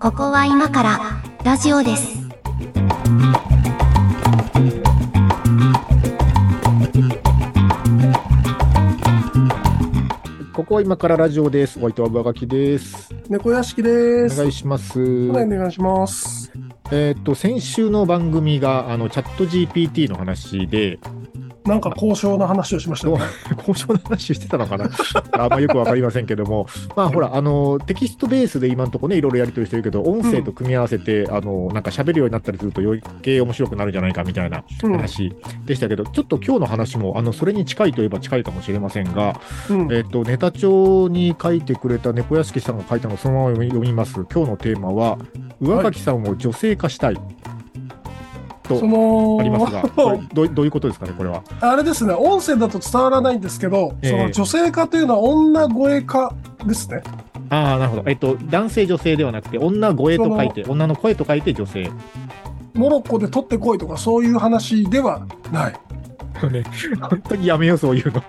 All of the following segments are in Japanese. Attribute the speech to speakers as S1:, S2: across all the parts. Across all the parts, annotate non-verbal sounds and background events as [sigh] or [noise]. S1: ここは今からラジオです。
S2: ここは今からラジオです。お相手は上書きです。
S3: 猫屋敷で
S2: お
S3: す。は
S2: 願
S3: い
S2: いします。
S3: お願いします。
S2: えーっと、先週の番組が、あの、チャット GPT の話で、
S3: なんか交渉の話をしました
S2: どう
S3: ね。
S2: 交渉の話してたのかな [laughs] あんまよくわかりませんけども、まあ、ほら、あの、テキストベースで今のところね、いろいろやり取りしてるけど、音声と組み合わせて、あの、なんか喋るようになったりすると余計面白くなるんじゃないかみたいな
S3: うん
S2: 話でしたけど、ちょっと今日の話も、あの、それに近いといえば近いかもしれませんが、
S3: うん
S2: [laughs] えっと、ネタ帳に書いてくれた猫屋敷さんが書いたのをそのまま読み読みます。今日のテーマは、上書きさんを女性化したい。と
S3: その
S2: あり [laughs] ますが、これどうどういうことですかね、これは。
S3: あれですね、音声だと伝わらないんですけど、
S2: ええ
S3: その女性化というのは女声化ですね。
S2: ああ、なるほど。えっと、男性、女性ではなくて、女声と書いて、女の声と書いて女性。
S3: モロッコで取ってこいとかそういう話ではない。
S2: ね、本当にやめよう、そう [laughs] いうの。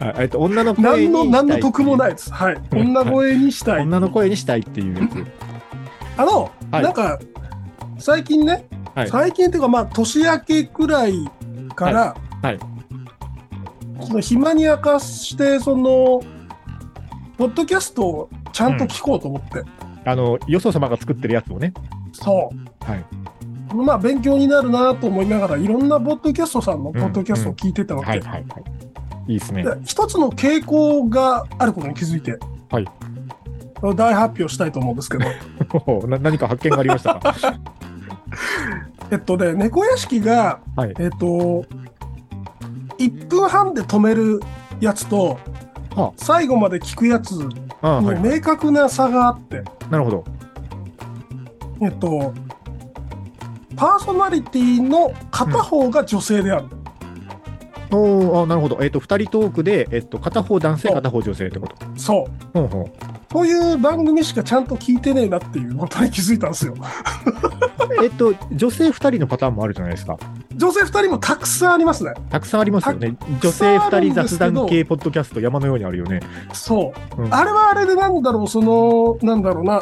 S2: あえっと、女の声に。
S3: 何の何の得もないいです。はい。女声にしたい。
S2: 女の声にしたいっていうやつ。
S3: あの、
S2: はい
S3: なんか最近ね、
S2: はい
S3: 最近っていうかまあ年明けくらいから、
S2: はいはい
S3: その暇に明かしてそのポッドキャストをちゃんと聞こうと思って、
S2: あの、よそ様が作ってるやつをね。
S3: そう、
S2: はい
S3: まあ勉強になるなと思いながらいろんなポッドキャストさんのポッドキャストを聞いてたわ
S2: は
S3: け、
S2: いはいはい。いいですね。
S3: で一つの傾向があることに気づいて、
S2: はい
S3: 大発表したいと思うんですけ
S2: [laughs]
S3: ど
S2: おな何か発見がありました
S3: [laughs]
S2: か
S3: えっとね、猫屋敷が、
S2: はい
S3: えっと、1分半で止めるやつと
S2: あ、
S3: 最後まで聞くやつに
S2: ああ、はい、
S3: 明確な差があって、
S2: なるほど。
S3: えっと、パーソナリティの片方が女性である。
S2: おーあなるほど。えっ、と、二人トークで、えっ、と、片方男性、
S3: そう
S2: 片方女性ってこと。
S3: そう。
S2: ほうほう。
S3: そういう番組しかちゃんと聞いてねえなっていうことに気づいたんですよ。
S2: えっ、と、女性二人のパターンもあるじゃないですか。
S3: 女性2人もたくさんありますね。
S2: たくさんありますよね。女
S3: くさん
S2: 性
S3: あ
S2: 二
S3: る
S2: 人
S3: んです
S2: 雑
S3: けど
S2: 談系ポッドキャスト、山のようにあるよね。
S3: そう、
S2: うん
S3: あれはあれでなんだろうそのなんだろうな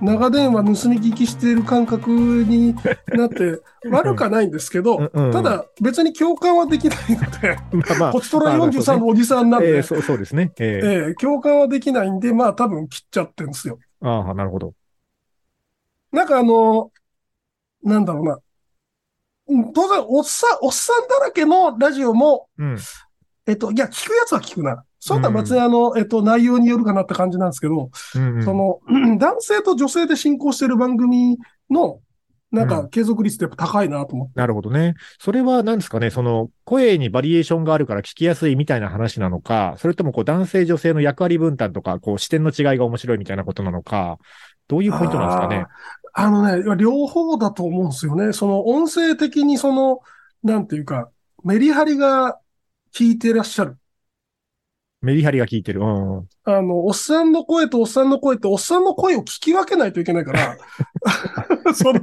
S3: 長電話盗み聞きしている感覚に
S2: [laughs]
S3: なって悪くはないんですけど、
S2: うんうんうん
S3: ただ別に共感はできないので
S2: まあまあ
S3: [laughs] こちとら43の
S2: ま
S3: おじさんな
S2: あ
S3: んで、
S2: えーそうそうですね。えー
S3: ええ共感はできないんでまあ多分切っちゃってるんですよ。
S2: ああ、なるほど。
S3: なんかあのなんだろうなうん当然おっさんおっさんだらけのラジオも
S2: うん。
S3: えっといや聞くやつは聞くな。そんな
S2: うん
S3: 別にあの、えっと、内容によるかなって感じなんですけど、
S2: うんうん
S3: その、 [clears throat] 男性と女性で進行してる番組の、なん
S2: う
S3: か継続率ってやっぱ高いなと思って。
S2: なるほどね。それは何ですかね、その声にバリエーションがあるから聞きやすいみたいな話なのか、それともこう男性女性の役割分担とか、こう視点の違いが面白いみたいなことなのか、どういうポイントなんですかね。
S3: あーあのね、両方だと思うんですよね。その音声的にその、なんていうか、メリハリが効いてらっしゃる。
S2: メリハリが効いてる。うんうん。
S3: あの、おっさんの声とおっさんの声って、おっさんの声を聞き分けないといけない
S2: [laughs]
S3: から、 [laughs] その、それ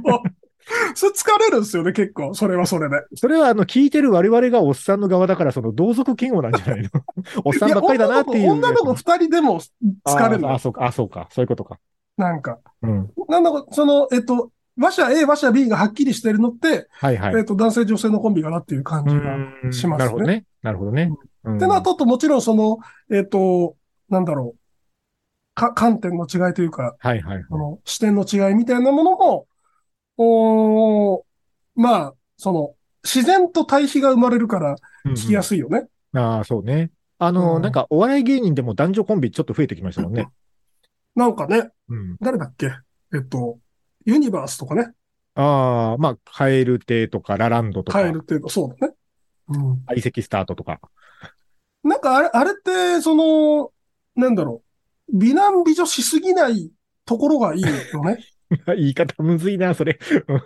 S3: 疲れるんですよね、結構。それはそれで。
S2: それはあの聞いてる我々がおっさんの側だから、その同族嫌悪なんじ
S3: [laughs]
S2: ゃないのおっさんばっかりだなってい。
S3: いうや女の子女の子二人でも疲れる
S2: あーあー、
S3: の。
S2: そうか、あ、そうか、そういうことか。
S3: なんか。
S2: うん。
S3: なんだか、その、えっと、話者 A、話者 B がはっきりしてるのって、
S2: はいはい。
S3: えっと、男性女性のコンビかなっていう感じが。
S2: うん
S3: しますね
S2: なるほどね。なるほどね。うん
S3: で、あと、もちろんその、えっと、なんだろう、か、観点の違いというか、
S2: はいはい
S3: この視点の違いみたいなものも、おーまあ、その、自然と対比が生まれるから聞きや
S2: す
S3: すいよね。
S2: い。ああ、そうね。あの、
S3: うん
S2: なんかお笑い芸人でも男女コンビちょっと増えてきましたもんね。
S3: なんかね、
S2: うん。
S3: 誰だっけえっと、ユニバースとかね、
S2: ああ、まあ、カエル亭とか、ラランドとか
S3: 変え、るっていうか、そうだね。うん。
S2: 相席スタートとか。 [laughs]
S3: なんかあれ、あれって、その、なんだろう、美男美女しすぎないところがい
S2: [laughs]
S3: いよね。
S2: 言い方むずいな、それ。うん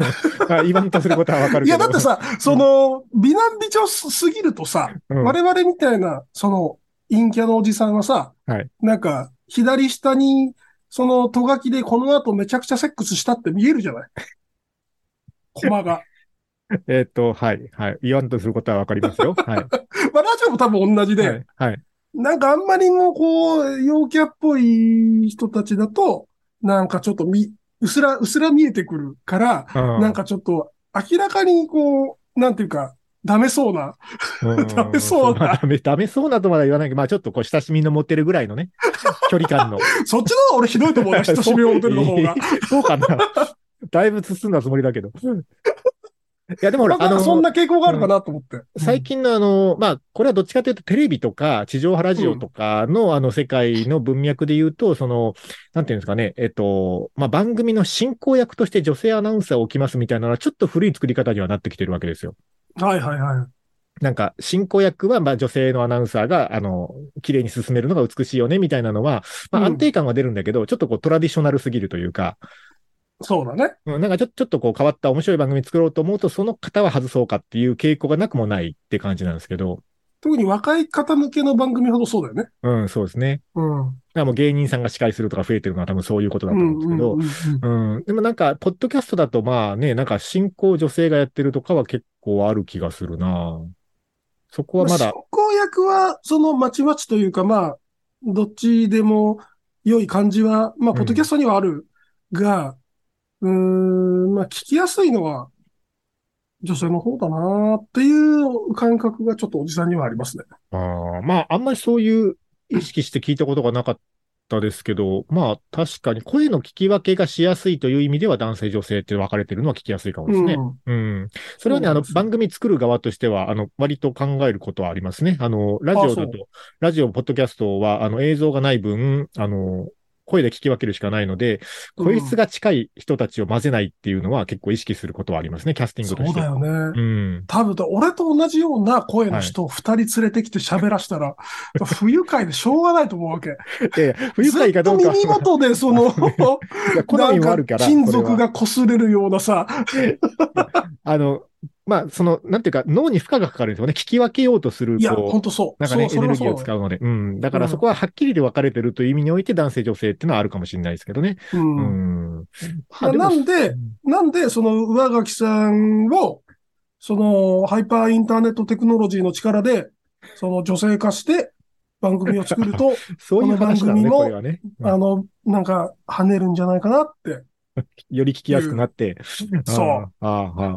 S2: あ言わんとすることはわかる
S3: い
S2: けど。
S3: や、だって、さ、その、美男美女すぎるとさ、
S2: うん、
S3: 我々みたいな、その、陰キャのおじさんはさ、
S2: はい
S3: なんか、左下に、その、とがきでこの後めちゃくちゃセックスしたって見えるじゃない
S2: [laughs]
S3: コマが。
S2: えーっと、はい、はい。言わんとすることはわかりますよ。はい。
S3: まあ、ラジオも多分同じで、
S2: はいはい。
S3: なんかあんまりもうこう、陽キャっぽい人たちだと、なんかちょっとみ、うすら、うすら見えてくるから、
S2: な
S3: なん、かちょっと明らかにこう、なんていうか、ダメそうな、
S2: うん
S3: ダメそうな
S2: まあダメ、ダメそうなとまだ言わないけど、まあちょっとこう、親しみの持ってるぐらいの
S3: [laughs]
S2: ね、距離感の。
S3: そっちの方が俺ひどい
S2: [laughs]
S3: と思うな、親しみを持てるの方が。
S2: そう
S3: [laughs]
S2: かな。だいぶ進んだつもりだけど。いや、でもほら、
S3: な
S2: あ
S3: んか
S2: の、
S3: そんな傾向があるかなと思って。
S2: 最近のあの、まあ、これはどっちかというとテレビとか地上波ラジオとかのあの世界の文脈で言うと、その、なんていうんですかね、えっと、まあ、番組の進行役として女性アナウンサーを置きますみたいなのはちょっと古い作り方にはなってきてるわけですよ。
S3: はいはいはい。
S2: なんか、進行役は、まあ、女性のアナウンサーが、あの、綺麗に進めるのが美しいよね、みたいなのは、ま
S3: うん
S2: あ、安定感は出るんだけど、ちょっとこう、トラディショナルすぎるというか、
S3: そうだね。
S2: うんなんかちょちょっとこう、変わった面白い番組作ろうと思うと、その方は外そうかっていう傾向がなくもないって感じなんですけど、
S3: 特に若い方向けの番組ほどそうだよね。
S2: うん、そうですね。
S3: うん。
S2: だからもう芸人さんが司会するとか増えてるのは多分そういうことだと
S3: う
S2: 思うん
S3: ん
S2: ですけど、
S3: うんうんうん
S2: うん、でもなんか、ポッドキャストだとまあね、なんか進行女性がやってるとかは結構ある気がするなそこはまだ
S3: 執、行役は、その、まちまちというか、まあ、どっちでも良い感じは、まあ、
S2: うん
S3: ポッドキャストにはあるが、うーん、まあ、聞きやすいのは、女性の方だなっていう感覚がちょっとおじさんにはありますね。
S2: あーまあ、あんまりそういう意識して聞いたことがなかったですけど、まあ、確かに声の聞き分けがしやすいという意味では男性女性って分かれてるのは聞きやすいかもですね。
S3: うん
S2: うん。それはね、あ
S3: そう
S2: の
S3: です、ね
S2: 番組作る側としては、あの、割と考えることはありますね。あの、ラジオ
S3: あ
S2: だ
S3: そ
S2: と、ラジオ、ポッドキャストは、あの、映像がない分、あの、声で聞き分けるしかないので、声質が近い人たちを混ぜないっていうのは結構意識することはありますね、キャスティン
S3: そ
S2: グと
S3: う
S2: して。
S3: だよね。
S2: うん。
S3: 多分、俺と同じような声の人を二人連れてきて喋らし
S2: [laughs]
S3: たら、不愉快でしょうがないと思うわけ。
S2: いやいや不愉快かどうか
S3: ず
S2: は
S3: っと耳元で、その、
S2: いや [laughs] 好みもあるから、
S3: なん金
S2: これ
S3: 属
S2: は
S3: が擦れるようなさ、
S2: あの、まあ、その、なんていうか、脳に負荷がかかるんですよね。聞き分けようとする、
S3: いや、
S2: こ
S3: ほ
S2: う、
S3: んとそう。
S2: なんかね、
S3: そう
S2: エネル
S3: そ
S2: ギ
S3: れ
S2: ー
S3: は
S2: を
S3: そう
S2: 使うので。うん。だか
S3: う
S2: ら
S3: ん
S2: そこははっきりで分かれてるという意味において男性女性っていうのはあるかもしれないですけどね。
S3: う。
S2: うんん。まあ
S3: な
S2: でも
S3: なんで、なんで、その、上垣さんを、その、ハイパーインターネットテクノロジーの力で、その、女性化して、番組を作る
S2: [laughs]
S3: と、
S2: そういう話なんね、
S3: こ
S2: これ
S3: の
S2: はね。うん
S3: あの、なんか、跳ねるんじゃないかなって。
S2: より聞きやすくなって。
S3: そう
S2: ああ。ああ、
S3: [laughs]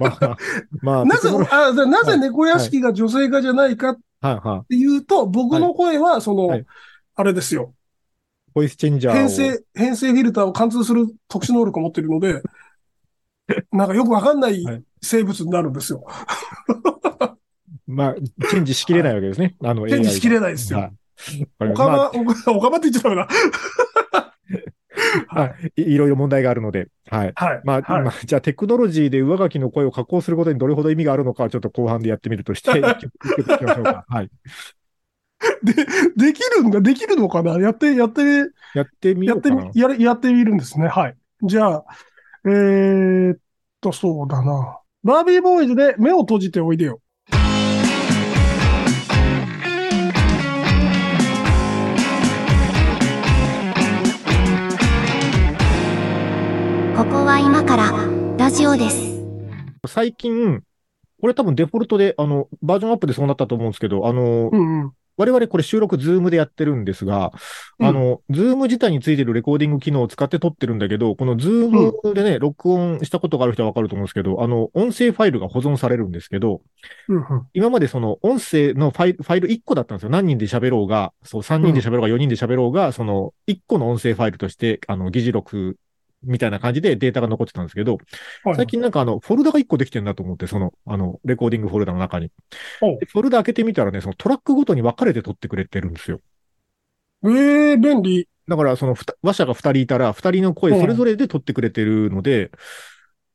S2: まあ、まあ、
S3: なぜ、
S2: は
S3: あでなぜ猫屋敷が女性化じゃないかっ
S2: いはい。
S3: ていうと、僕の声は、その、
S2: はい
S3: あれですよ。
S2: ボイスチェンジャーを。
S3: 編成、編成フィルターを貫通する特殊能力を持っている
S2: [laughs]
S3: ので、なんかよくわかんない
S2: はい
S3: 生物になるんですよ。
S2: まあ、チェンジしきれないわけですね。あの、
S3: チェンジしきれな
S2: で
S3: いですよ。
S2: これ
S3: おか
S2: ま
S3: ま、おかおか [laughs] まって言っちゃダメだ。
S2: あ、はいいいろいろ問題があるので、はい。
S3: はい。
S2: まあ、
S3: はい
S2: まあじゃあテクノロジーで上書きの声を加工することにどれほど意味があるのかはちょっと後半でやってみると
S3: [laughs]
S2: して、一曲一曲聞きましょうか。はい。
S3: で、できるんだ、できるのかなやって、やって、
S2: やってみ
S3: や
S2: よ
S3: っ
S2: うか
S3: て
S2: な。
S3: み、やれ、やってみるんですね。はい。じゃあ、えーっと、そうだな。バービーボーイズで目を閉じておいでよ。
S1: ここは今からラジオです。
S2: 最近、これ多分デフォルトで、あの、バージョンアップでそうなったと思うんですけど、あの、
S3: うんうん。
S2: 我々これ収録ズームでやってるんですが、
S3: うん
S2: あの、ズーム自体についてるレコーディング機能を使って撮ってるんだけど、このズームでね、録音したことがある人はわかると思うんですけど、あの、音声ファイルが保存されるんですけど、
S3: うんうん。
S2: 今までその音声のファイル、ファイル1個だったんですよ。何人で喋ろうが、そう、3人で喋ろうが、4人で喋ろうが、その1個の音声ファイルとして、あの、議事録みたいな感じでデータが残ってたんですけど、
S3: はい
S2: 最近なんかあの、フォルダが1個できてるなと思って、その、あの、レコーディングフォルダの中に。
S3: お
S2: でフォルダ開けてみたらね、そのトラックごとに分かれて撮ってくれてるんですよ。
S3: えー、便利。
S2: だから、そのふた、話者が2人いたら、2人の声それぞれで撮ってくれてるので、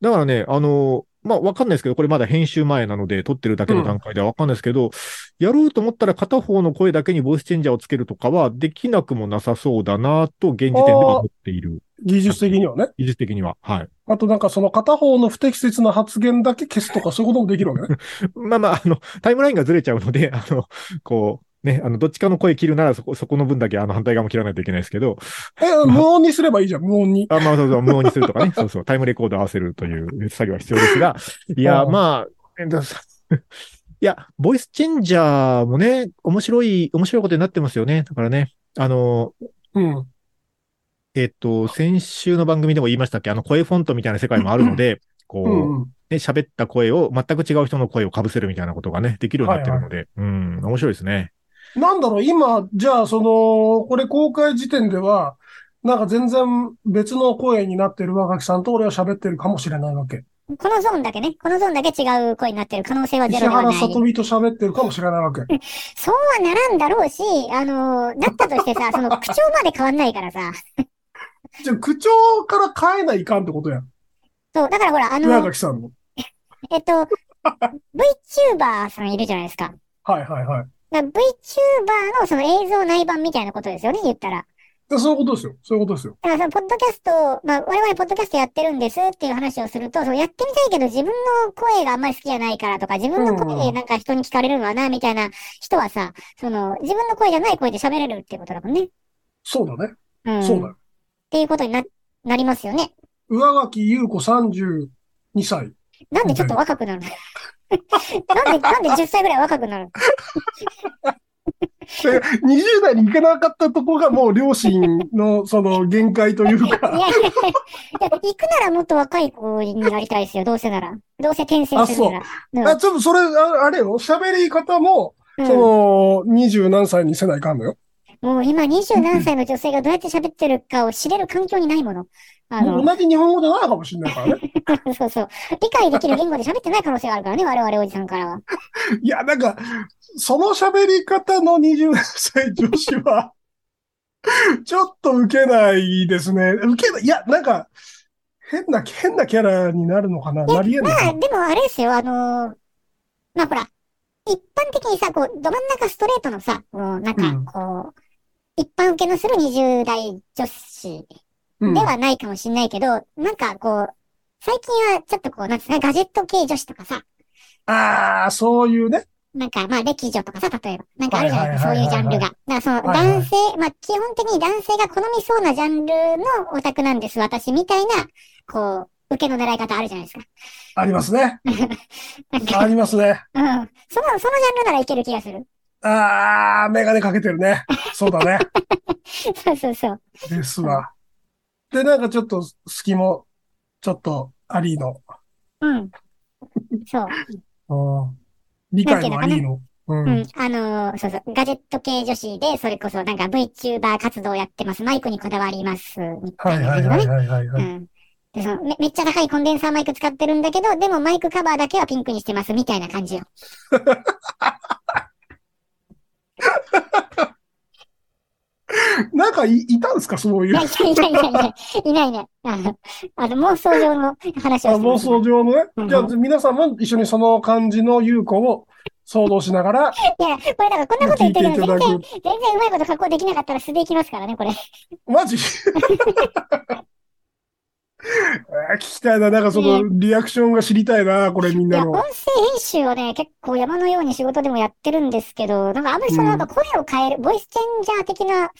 S2: だからね、あの、まあ、わかんないですけど、これまだ編集前なので、撮ってるだけの段階ではわかんないですけど、やろうと思ったら片方の声だけにボイスチェンジャーをつけるとかはできなくもなさそうだなと、現時点では思っている。
S3: 技術的にはね。
S2: 技術的には。はい。
S3: あとなんかその片方の不適切な発言だけ消すとかそういうこともできるわけね。
S2: まあまあ、あの、タイムラインがずれちゃうので、あの、こう、ね、あの、どっちかの声切るなら、そこ、そこの分だけ、あの、反対側も切らないといけないですけど、
S3: え、無音にすればいいじゃん、無音に。
S2: あ、まあ、そうそう、無音にするとか [laughs] ね。そうそう、 [laughs] タイムレコード合わせるという作業は必要ですが、いや、
S3: うん
S2: まあ、えださいや、ボイスチェンジャーもね、面白い、面白いことになってますよね。だからね、あの、
S3: うん。
S2: えっと、先週の番組でも言いましたっけ、あの声フォントみたいな世界もあるので、 [laughs] こう、
S3: うん。
S2: ね、喋った声を全く違う人の声を被せるみたいなことがね、できるようになってるので、うん、面白いですね。
S3: なんだろう、今、じゃあ、その、これ公開時点では、なんか全然別の声になってる若木さんと俺は喋ってるかもしれないわけ。
S4: このゾーンだけね、このゾーンだけ違う声になってる可能性はゼ
S3: 石
S4: ロでは
S3: 原
S4: ない。
S3: さとみと喋ってるかもしれないわけ。
S4: そうはならんだろうし、あのなったとし
S3: [laughs]
S4: てさ、その口調まで変わんないからさ。
S3: じゃあ、口調から変えないかんってことや。
S4: そう、だからほら、あ
S3: 上
S4: の、
S3: 垣さんの。
S4: えっと、VTuber さんいるじゃないですか。
S3: はいはいはい。
S4: だから VTuber のその映像内版みたいなことですよね、言ったら。
S3: でそういうことですよ。そういうことですよ。
S4: だからその、ポッドキャスト、まあ、我々ポッドキャストやってるんですっていう話をすると、そうやってみたいけど自分の声があんまり好きじゃないからとか、自分の声でなんか人に聞かれるのはな、みたいな人はさ、その、自分の声じゃない声で喋れるっていうことだもんね。
S3: そうだね。
S4: うん。
S3: そうだ
S4: っ
S3: よ。
S4: ていうことにな、なりますよね。
S3: 上垣優子32歳。
S4: なんでちょっと若くなるのなんで、なんで10歳ぐらい若くな
S3: [laughs]
S4: るの
S3: で20代に行けなかったとこがもう両親のその限界という
S4: い [laughs]
S3: か。
S4: やいやいやいや、行くならもっと若い子になりたいですよ、どうせなら。どうせ転生するなら。
S3: あ、ちょっとそれ、ああれよ、喋り方も、
S4: うん
S3: その、二十何歳にせないかんのよ。
S4: もう今20何歳の女性がどうやって喋ってるかを知れる環境にないもの。あ
S3: もう
S4: の、
S3: 同じ日本語じゃないかもしれないから
S4: [laughs]
S3: ね。
S4: そうそう。理解できる言語で喋ってない可能性があるからね、我々おじさんからは。
S3: いや、なんか、その喋り方の二十歳女子は、ちょっと受けないですね。受けない、いや、なんか、変な、変なキャラになるのかななりえんの
S4: ま
S3: か
S4: あ、
S3: な
S4: でもあれですよ、あのーまあほら、一般的にさ、こう、ど真ん中ストレートのさ、こう、なんか
S3: うん、
S4: こう、一般受けのする20代女子
S3: うん
S4: ではないかもしれないけど、なんかこう、最近はちょっとこう、なんつうの、ガジェット系女子とかさ、
S3: ああ、そういうね。
S4: なんか、まあ、歴女とかさ、例えば。なんかあるじゃないですか、
S3: は
S4: そ
S3: いうはいはいは
S4: いうジャ
S3: い
S4: ンルが。だからその、
S3: はいはい
S4: 男性、まあ、基本的に男性が好みそうなジャンルのオタクなんです、私、みたいな、こう、受けの狙い方あるじゃないですか。
S3: あります
S4: [laughs]
S3: ね。
S4: なん
S3: あ
S4: か、
S3: りますね。
S4: うん。その、そのジャンルならいける気がする。 [laughs]
S3: ああ、メガネかけてるね。そうだね。
S4: そうそうそう。
S3: ですわ。で、なんかちょっと隙も、ちょっとありの。
S4: うん。そう。
S3: うん理解もありの。う。
S4: うんん。あのーそうそう。ガジェット系女子で、それこそ、なんか VTuber 活動やってます。マイクにこだわります。み
S3: は
S4: た
S3: い
S4: いな
S3: は
S4: 感
S3: い
S4: じの
S3: はい
S4: ね。
S3: はいはいうはい。
S4: ん。で、そのめ、めっちゃ高いコンデンサーマイク使ってるんだけど、でもマイクカバーだけはピンクにしてます。みたいな感じよ。
S3: なんかいいたんですかそうい。
S4: いうや
S3: あ
S4: い [laughs] やいやいやいや、いないね。あの、あの妄想上の話をして
S3: 妄
S4: ます
S3: 想上のね
S4: う。ん
S3: じゃあ皆さんも一緒にその感じの優子を想像しなが
S4: [laughs]
S3: ら
S4: いや、これだからこんなこと
S3: 聞
S4: 言っ
S3: い
S4: て
S3: ていた
S4: るけ
S3: だ
S4: ど、全然、
S3: く。
S4: 全然うまいこと加工できなかったら素でいきますからね、これ。
S3: マジ [laughs] あー聞きたいな。なんかそのリアクションが知りたいな。これみん
S4: い
S3: な
S4: や、
S3: の
S4: 音。声編集をね、結構山のように仕事でもやってるんですけど、なんかあんまりその、
S3: うん
S4: なんか声を変える、ボイスチェンジャー的な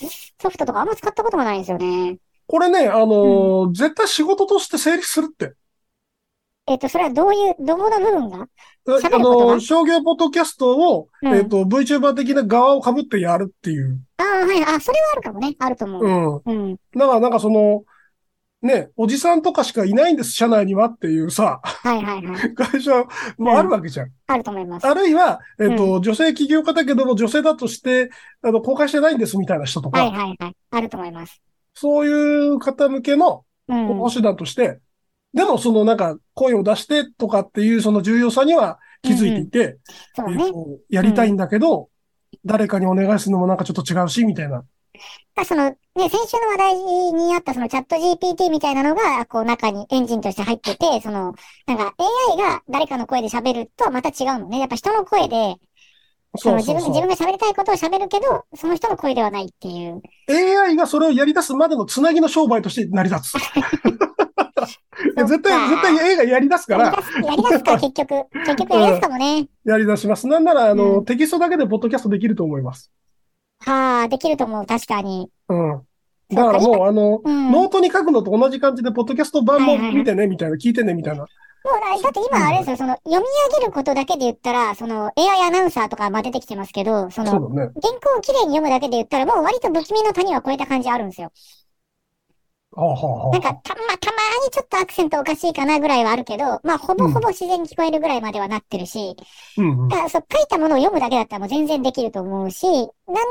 S4: ソフトとかあんま使ったことがないんですよね。
S3: これね、あのー絶対仕事として成立するって。
S4: えっと、それはどういう、どこの部分
S3: あ
S4: が喋ることが
S3: のー商業ポッドキャストを、
S4: うん
S3: えっと、VTuber 的な側を被ってやるっていう。
S4: ああ、はい、あ、それはあるかもね。あると思
S3: う
S4: う。
S3: ん。
S4: うん。
S3: だからなんかその、ね、おじさんとかしかいないんです、社内にはっていうさ、 [laughs]
S4: はいはいはい。
S3: 会社もあるわけじゃん。
S4: あると思い
S3: [laughs]
S4: ます。
S3: あるいは、えっ、と、女性起業家だけども女性だとして、あの、公開してないんですみたいな人とか、
S4: はいはいはい。あると思います。
S3: そういう方向けの
S4: うん。
S3: 手段として、でもそのなんか声を出してとかっていうその重要さには気づいていて、
S4: そう
S3: え
S4: ね。
S3: ーとやりたいんだけど、誰かにお願いするのもなんかちょっと違うし、みたいな。
S4: まあその、ね、先週の話題にあったそのチャット GPT みたいなのが、こう中にエンジンとして入ってて、その、なんか AI が誰かの声で喋るとはまた違うのね。やっぱ人の声で、そ
S3: そ
S4: の
S3: う
S4: 自
S3: そう
S4: 分、
S3: そう
S4: 自分が喋りたいことを喋るけど、その人の声ではないっていう。
S3: AI がそれをやり出すまでのつなぎの商売として成り立つ。いや [laughs] 絶対、絶対 AI がやり出すか
S4: やり
S3: ら、
S4: だす、やり
S3: [laughs]
S4: だすか、結局。結局やりだすかもね。
S3: やり出します。なんなら、あの、
S4: うん
S3: テキストだけでポッドキャストできると思います。
S4: はあ、できると思う、確かに。
S3: うん。だからもう、あの、
S4: うん
S3: ノートに書くのと同じ感じで、ポッドキャスト版も
S4: はいはいはい
S3: 見てね、みたいな、聞いてね、みたいな。
S4: もうなだって今あれですよ、その読み上げることだけで言ったら、その AI アナウンサーとかまあ出てきてますけど、その
S3: そうだね。
S4: 原稿をきれいに読むだけで言ったら、もう割と不気味の谷は超えた感じあるんですよ。
S3: はあはあは
S4: な
S3: あ。
S4: んか、た、まあ、たまにちょっとアクセントおかしいかなぐらいはあるけど、まあ、ほぼほぼ自然に聞こえるぐらいまではなってるし、
S3: うんうん
S4: だ。からそう、書いたものを読むだけだったらもう全然できると思うし、なん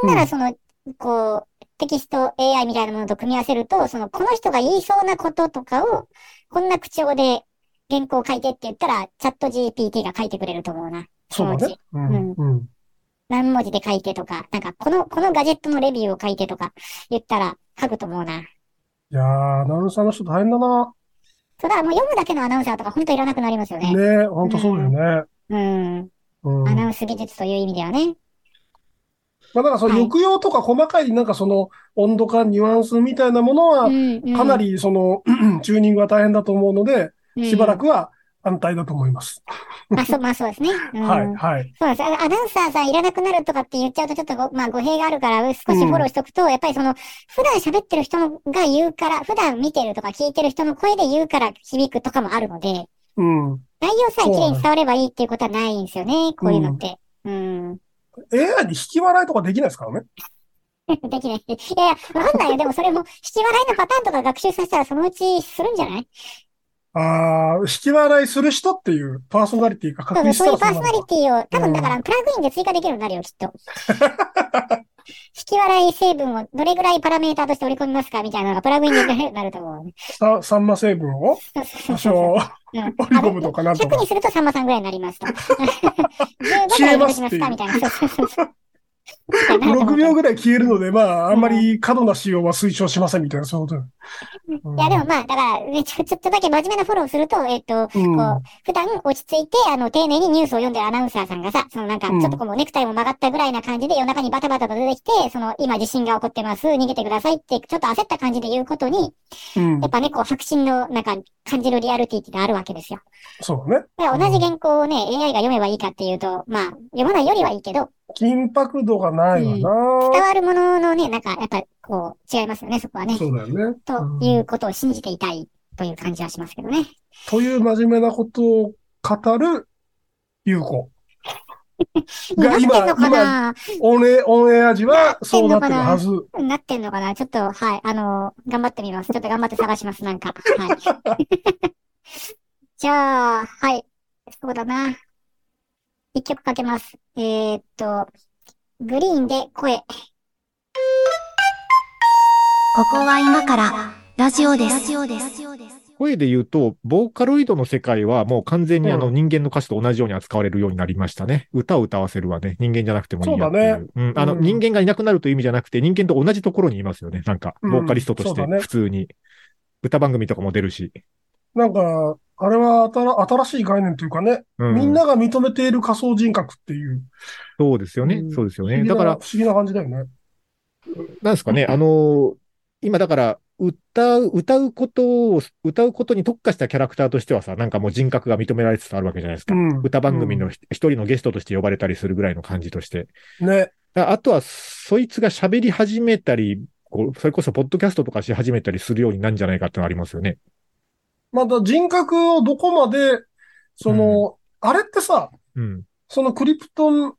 S4: な
S3: う
S4: ら
S3: ん
S4: その、こう、テキスト AI みたいなものと組み合わせると、その、この人が言いそうなこととかを、こんな口調で原稿を書いてって言ったら、チャット GPT が書いてくれると思うな。
S3: そうだね。うんうん。
S4: 何文字で書いてとか、なんか、この、このガジェットのレビューを書いてとか言ったら書くと思うな。
S3: いやー、アナウンサーの人大変だな。
S4: そうだ、もう読むだけのアナウンサーとか本当いらなくなりますよね。
S3: ねえ、ほんとそうだよね。
S4: うん。
S3: うん。ま
S4: アナ
S3: あ
S4: ウンス技術という意味ではね。
S3: だからその
S4: はい
S3: 抑揚とか細かいなんかその温度感、ニュアンスみたいなものは、
S4: うん、
S3: かなりその [clears throat] チューニングは大変だと思うので、
S4: うん、
S3: しばらくは安泰だと思います。
S4: まあ、そう、まあそうですね。う
S3: [laughs]
S4: ん
S3: はい、はい。
S4: そうなんです。あアナウンサーさんいらなくなるとかって言っちゃうとちょっとご、まあ語弊があるから、少しフォローしとくと、やっぱりその、普段喋ってる人のが言うから、普段見てるとか聞いてる人の声で言うから響くとかもあるので、
S3: うん。
S4: 内容さえ綺麗に伝わればいいっていうことはないんですよね、こういうのって。うん。 [laughs]
S3: AI に引き笑いとかできないですからね。
S4: できない。いやいや、わかんないよ。でもそれも、引き笑いのパターンとか学習させたらそのうちするんじゃない
S3: ああ、引き笑いする人っていうパーソナリティが確
S4: そ
S3: 立
S4: うそう、
S3: し
S4: そう
S3: た
S4: い
S3: ら
S4: うパー
S3: そうな
S4: ソナリ
S3: の。
S4: ティを、多
S3: うん
S4: 分だからプラグインで追加できるようになるよ、きっと。引き笑い成分をどれぐらいパラメーターとして織り込みますかみたいなのがプラグインでできるようになると思うね。
S3: さ、さんま成分を
S4: そう
S3: 多
S4: そうそう [laughs]
S3: 少
S4: そう。うん
S3: 織り込むとかなんと
S4: 100
S3: か。
S4: にするとさんまさんぐらいになりますと。15ぐらいにしますかみたい
S3: [laughs]
S4: な。そうそうそう。
S3: 6秒ぐらい消えるので、まあ、
S4: うん
S3: あんまり過度な使用は推奨しませんみたいな、そういうこと。
S4: いや、でもまあ、だから、ねちょちょっとだけ真面目なフォローすると、えっと、
S3: うん、
S4: こう、普段落ち着いて、あの、丁寧にニュースを読んでるアナウンサーさんがさ、そのなんか、ち
S3: うん
S4: ょっとこう、ネクタイも曲がったぐらいな感じで、夜中にバタバタと出てきて、その、今地震が起こってます、逃げてくださいって、ちょっと焦った感じで言うことに、
S3: うん
S4: やっぱね、こう、白真の、なんか、感じるリアルティってのあるわけですよ。
S3: そうだね。
S4: だから同じ原稿をね、AI が読めばいいかっていうと、まあ、読まないよりはいいけど、
S3: 緊迫度がないわ
S4: 伝
S3: な。
S4: わるもののね、なんか、やっぱ、こう、違いますよね、そこはね。
S3: そうだよね。
S4: ということを信じていたいという感じはしますけどね。
S3: という真面目なことを語る、ゆうこ。
S4: な
S3: が
S4: ってん
S3: 今
S4: のかな
S3: オンエオンエア時はそうなってるはず。
S4: なってんのかなちょっと、はい。あのー頑張ってみます。ちょっと頑張って探します、なんか。はい。 [laughs] じゃあ、はい。そうだな。一曲かけます。えーっと、グリーンで声。
S1: ここは今からラジオです。
S2: 声で言うと、ボーカロイドの世界はもう完全にあの
S3: う
S2: 人間の歌詞と同じように扱われるようになりましたね。歌を歌わせるはね、人間じゃなくてもいいよってい。
S3: そううだね
S2: うん、あの、
S3: うん
S2: 人間がいなくなるという意味じゃなくて、人間と同じところにいますよね。なんか、
S3: うん
S2: ボーカリストとし
S3: そ
S2: て
S3: うだね
S2: 普通に。歌番組とかも出るし。
S3: なんか、あれは新新しい概念というかね、
S2: うん、
S3: みんなが認めている仮想人格っていう。
S2: そうですよね
S3: う。ん
S2: そうですよ
S3: 不思
S2: ね。
S3: 議
S2: だ
S3: な
S2: から
S3: 不、思議な感じだよね。
S2: なんですかね、あの、今だから、歌う、歌うことを、歌うことに特化したキャラクターとしてはさ、なんかもう人格が認められつつあるわけじゃないですか。
S3: うん
S2: 歌番組のひ一人のゲストとして呼ばれたりするぐらいの感じとして。
S3: ね。
S2: だからあとは、そいつが喋り始めたり、こうそれこそ、ポッドキャストとかし始めたりするようになるんじゃないかってのはありますよね。
S3: また人格をどこまで、その、あれってさ、
S2: うん。
S3: そのクリプトン
S2: フ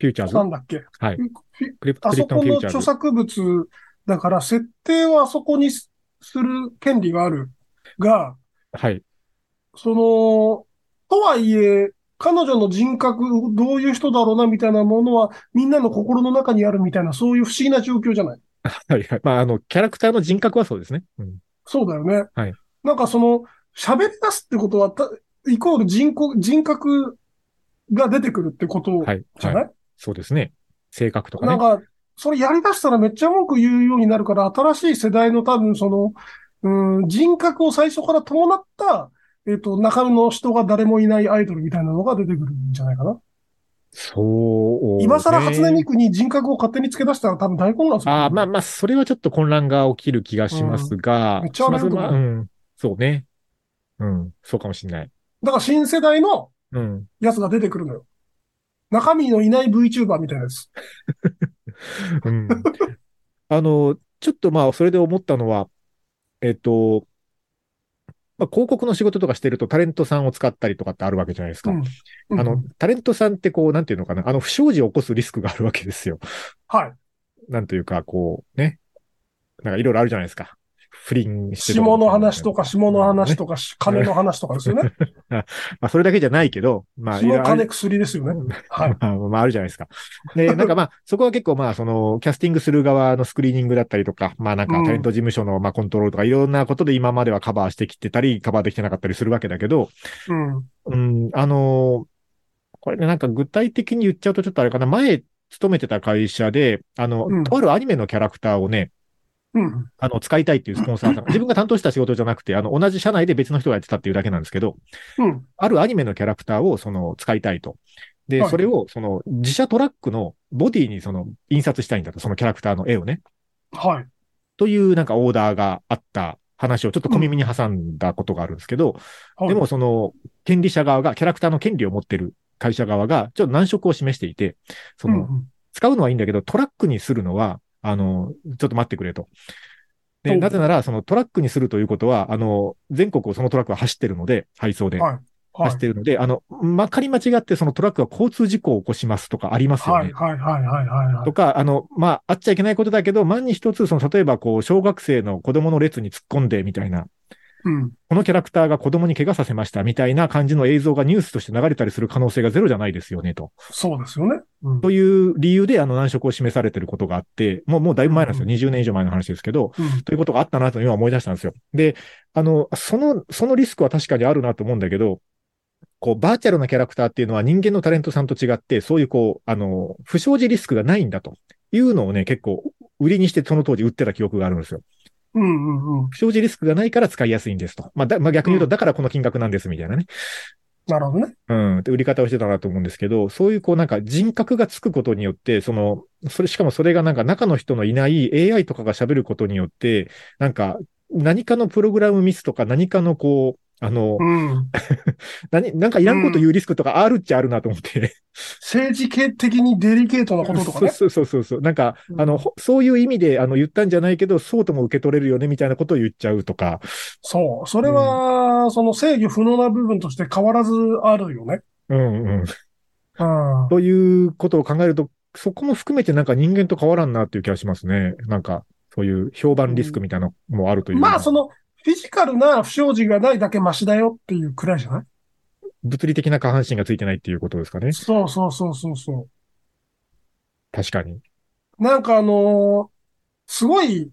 S2: ューチャーズ
S3: なんだっけ
S2: はい
S3: ク
S2: クリプ
S3: あ
S2: クリ
S3: そ
S2: プトン
S3: こ
S2: フュ
S3: の
S2: ーチャー
S3: 著
S2: ズ。
S3: 作物だから設定はあそこにすする権利があるが、
S2: はい。
S3: その、とはいえ、彼女の人格、どういう人だろうな、みたいなものは、みんなの心の中にあるみたいな、そういう不思議な状況じゃない。
S2: はいはい。まあ、あの、キャラクターの人格はそうですね。うん。
S3: そうだよね。
S2: はい
S3: なんかその、喋り出すってことは、たイコール人格、人格が出てくるってこと
S2: はい。
S3: じゃ
S2: は
S3: ない
S2: い。、そうですね。性格とか
S3: な
S2: ね
S3: ん。か、それやり出したらめっちゃ文句言うようになるから、新しい世代の多分その、うん、人格を最初から伴った、えっと、中身の人が誰もいないアイドルみたいなのが出てくるんじゃないかな。
S2: そう、
S3: 今更初音ミクに人格を勝手に付け出したら多分大混乱する。
S2: ああ、まあまあ、それはちょっと混乱が起きる気がしますが、
S3: うんめっちゃあると思う
S2: まあまあうん、そうね。うん、そうかもしれない。
S3: だから新世代の
S2: うん。
S3: やつが出てくるのよ。中身のいない VTuber みたいなやつ。
S2: うん、あの、ちょっとまあ、それで思ったのは、えっと、まあ、広告の仕事とかしてるとタレントさんを使ったりとかってあるわけじゃないですか。
S3: うんうん
S2: あの、、タレントさんってこう、なんていうのかな、あの、不祥事を起こすリスクがあるわけですよ。
S3: はい。
S2: なんというか、こう、ね。なんかいろいろあるじゃないですか。不倫して
S3: 下の話と
S2: か。
S3: か、下の話とか、金の話とかですよね。
S2: まあ、それだけじゃないけど、 [laughs] まあ、いろいろ
S3: 下
S2: ある
S3: 金薬ですよね。はい。
S2: まあ、 [laughs] まあ、あるじゃないですか。で、なんか
S3: [laughs]
S2: まあ、そこは結構まあ、その、キャスティングする側のスクリーニングだったりとか、まあなん
S3: う
S2: か
S3: ん
S2: タレント事務所のまあコントロールとか、いろんなことで今まではカバーしてきてたり、カバーできてなかったりするわけだけど、
S3: うん。
S2: うん、あのーこれね、なんか具体的に言っちゃうとちょっとあれかな、前勤めてた会社で、あの、
S3: うん
S2: とあるアニメのキャラクターをね、
S3: うん。
S2: あの、使いたいっていうスポンサ
S3: [laughs]
S2: ーさん、自分が担当した仕事じゃなくて、あの、同じ社内で別の人がやってたっていうだけなんですけど、
S3: うん。
S2: あるアニメのキャラクターをその使いたいと。で、
S3: はい
S2: それをその自社トラックのボディにその印刷したいんだと、そのキャラクターの絵をね。
S3: はい。
S2: というなんかオーダーがあった話をちょっと小耳に挟んだことがあるんですけど、
S3: はい
S2: でも、その権利者側が、キャラクターの権利を持ってる会社側がちょっと難色を示していて、そ
S3: うん
S2: の、使うのはいいんだけど、トラックにするのは、あの、ちょっと待ってくれと。
S3: お
S2: で、なぜなら、そのトラックにするということは、あの、全国をそのトラックは走ってるので、配送で。
S3: はい。は
S2: 走ってるので、あの、まかり間違ってそのトラックが交通事故を起こしますとかありますよね。
S3: い。はい。はい。はい。はい。は
S2: とか、あの、まあ、あっちゃいけないことだけど、万に一つ、その、例えば、こう、小学生の子供の列に突っ込んで、みたいな、
S3: い。うん。
S2: このキャラクターが子供に怪我させました、みたいな感じの映像がニュースとして流れたりする可能性がゼロじゃないですよね、と。
S3: そうですよね。うん
S2: という理由で、あの、難色を示されてることがあって、もう、もうだいぶ前なんですよ。20年以上前の話ですけど、
S3: うん
S2: ということがあったなと今思い出したんですよ。で、あの、その、そのリスクは確かにあるなと思うんだけど、こう、バーチャルなキャラクターっていうのは人間のタレントさんと違って、そういうこう、あの、不祥事リスクがないんだというのをね、結構売りにしてその当時売ってた記憶があるんですよ。
S3: うんうんうん。
S2: 不祥事リスクがないから使いやすいんですと。まあ、だまあ、逆に言う
S3: う
S2: と、
S3: ん
S2: だからこの金額なんですみたいなね。
S3: なるほどね。
S2: うん、って売り方をしてたなと思うんですけど、そういうこうなんか人格がつくことによって、その、それ、しかもそれがなんか中の人のいない AI とかが喋ることによって、なんか何かのプログラムミスとか何かのこう、あの、 [laughs]
S3: うん。
S2: 何、なんかいらんこと言うリスクとかあるっちゃあるなと思って。
S3: 政治系的にデリケートなこととかね。
S2: [laughs] そうそうそうそう。なんか、あの、ほそういう意味で、あの、言ったんじゃないけど、そうとも受け取れるよね、みたいなことを言っちゃうとか。
S3: そう。それは、その制御不能な部分として変わらずあるよね。
S2: うんうん。
S3: うん。
S2: ということを考えると、そこも含めてなんか人間と変わらんなっていう気がしますね。なんか、そういう評判リスクみたいなのもあるという。
S3: まあ、その、フィジカルな不祥事がないだけマシだよっていうくらいじゃない
S2: 物理的な下半身がついてないっていうことですかね。
S3: そうそうそうそうそ
S2: 確かに。
S3: う。なんかあのーすごい、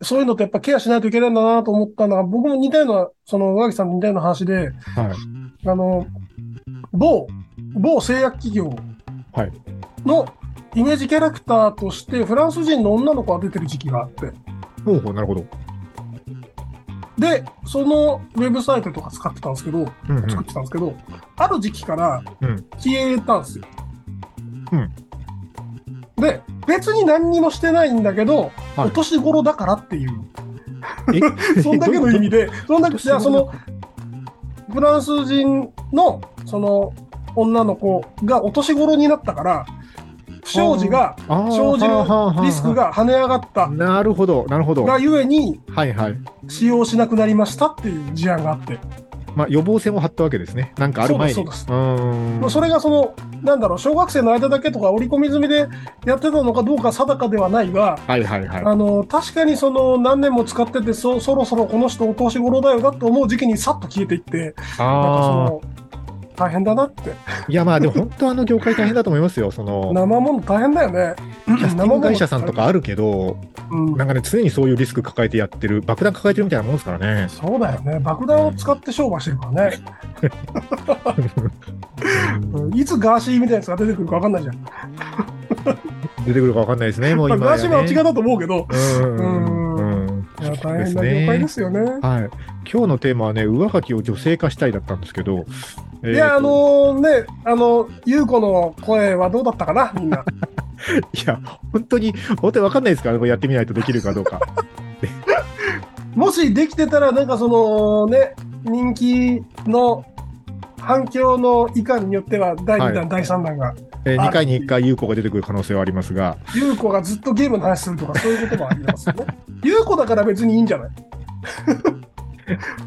S3: そういうのってやっぱケアしないといけないんだなと思ったのが、僕も似たような、その、上木さんと似たような話で、
S2: はい。
S3: あの、某、某製薬企業
S2: はい
S3: のイメージキャラクターとして、フランス人の女の子が出てる時期があって、
S2: ほうほう、なるほど。
S3: で、そのウェブサイトとか使ってたんですけど、
S2: うんうん。
S3: 作ってたんですけど、ある時期から
S2: うん
S3: 消えたんですよ。
S2: うん
S3: で、別に何にもしてないんだけど、
S2: はい
S3: お年頃だからっていう、
S2: え
S3: [laughs] そんだけの意味。で、そんだけ、じゃあそ
S2: ど
S3: の、フランス人の、その、女の子がお年頃になったから、不祥事が、
S2: あー
S3: 生じる
S2: はあはあはあ
S3: リスクが跳ね上がった
S2: なるほど、なるほど。
S3: が
S2: は
S3: ゆえに、
S2: いはい。
S3: 使用しなくなりましたっていう事案があって。
S2: まあ、予防線を張ったわけですね。なんかある前に。
S3: そうです
S2: うー
S3: まあ、
S2: ん。
S3: それがその、なんだろう、小学生の間だけとか織り込み済みでやってたのかどうか定かではないが、
S2: はいはいは
S3: あの確かにその何年も使っててそ、そろそろこの人お年頃だよなと思う時期にさっと消えていって、
S2: い。
S3: なんかそ
S2: ああ。
S3: の大変だなって、
S2: いやまあでも本当あの業界大変だと思いますよ。その、
S3: 生もの大変だよね。
S2: キャスティング会社さんとかあるけど、
S3: うん
S2: なんかね、常にそういうリスク抱えてやってる、爆弾抱えてるみたいなもんですからね。
S3: そうだよね、爆弾を使って商売してるからね、うんいつガーシーみたいなやつが出てくるか分かんないじゃん。
S2: 出てくるかわかんないですね、もう
S3: まあ、
S2: 今
S3: ガ
S2: や、
S3: ーシ
S2: ね。
S3: ーは違うだと思うけど、
S2: うん
S3: うん
S2: うん
S3: いや大変な業界ですよね。
S2: はい。今日のテーマはね、上書きを女性化したいだったんですけど、えー
S3: いや、あのね、あの、ゆうこの声はどうだったかな、み
S2: [laughs]
S3: んな。
S2: いや、本当に、本当にわかんないですからね、これやってみないとできるかどうか。
S3: もしできてたら、なんかそのね、人気の反響の以下によっては、第2弾、
S2: はい
S3: 第3弾が、
S2: えー、
S3: あ
S2: 2回に1回、優子が出てくる可能性はありますが、
S3: 優子がずっ
S2: [laughs]
S3: とゲームの話するとか、そういうこともありますよね。優子だから別にいいんじゃない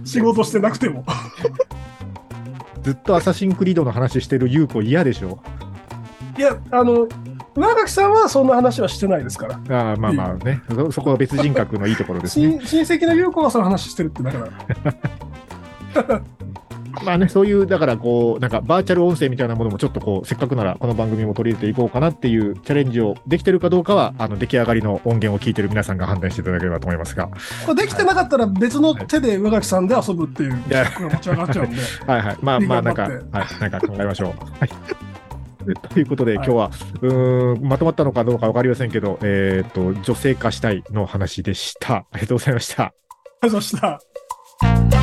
S3: 仕事してなくても。
S2: ずっとアサシンクリードの話してる優子嫌でしょ
S3: いや、あの、上垣さんはそんな話はしてないですから。
S2: ああまあまあねそそこは別人格のいいところですね
S3: 親親戚の優子はその話してるってだから。
S2: まあねそういうだからこうなんかバーチャル音声みたいなものもちょっとこうせっかくならこの番組も取り入れていこうかなっていうチャレンジをできてるかどうかはあの出来上がりの音源を聞いてる皆さんが判断していただければと思いますが
S3: これできてなかったら別の手で上垣さんで遊ぶっていう企
S2: や
S3: 画が持ち上がっちゃうんで。
S2: はいはい。まあまあ、なんか、は
S3: 頑張
S2: い、なんか考えましょう。はい。 [laughs] ということで、今
S3: はい
S2: 日は、うーん、まとまったのかどうかわかりませんけど、えっ、と、女性化したいのお話でした。ありがとうございました。
S3: ありがとうございまし
S5: 「
S3: た。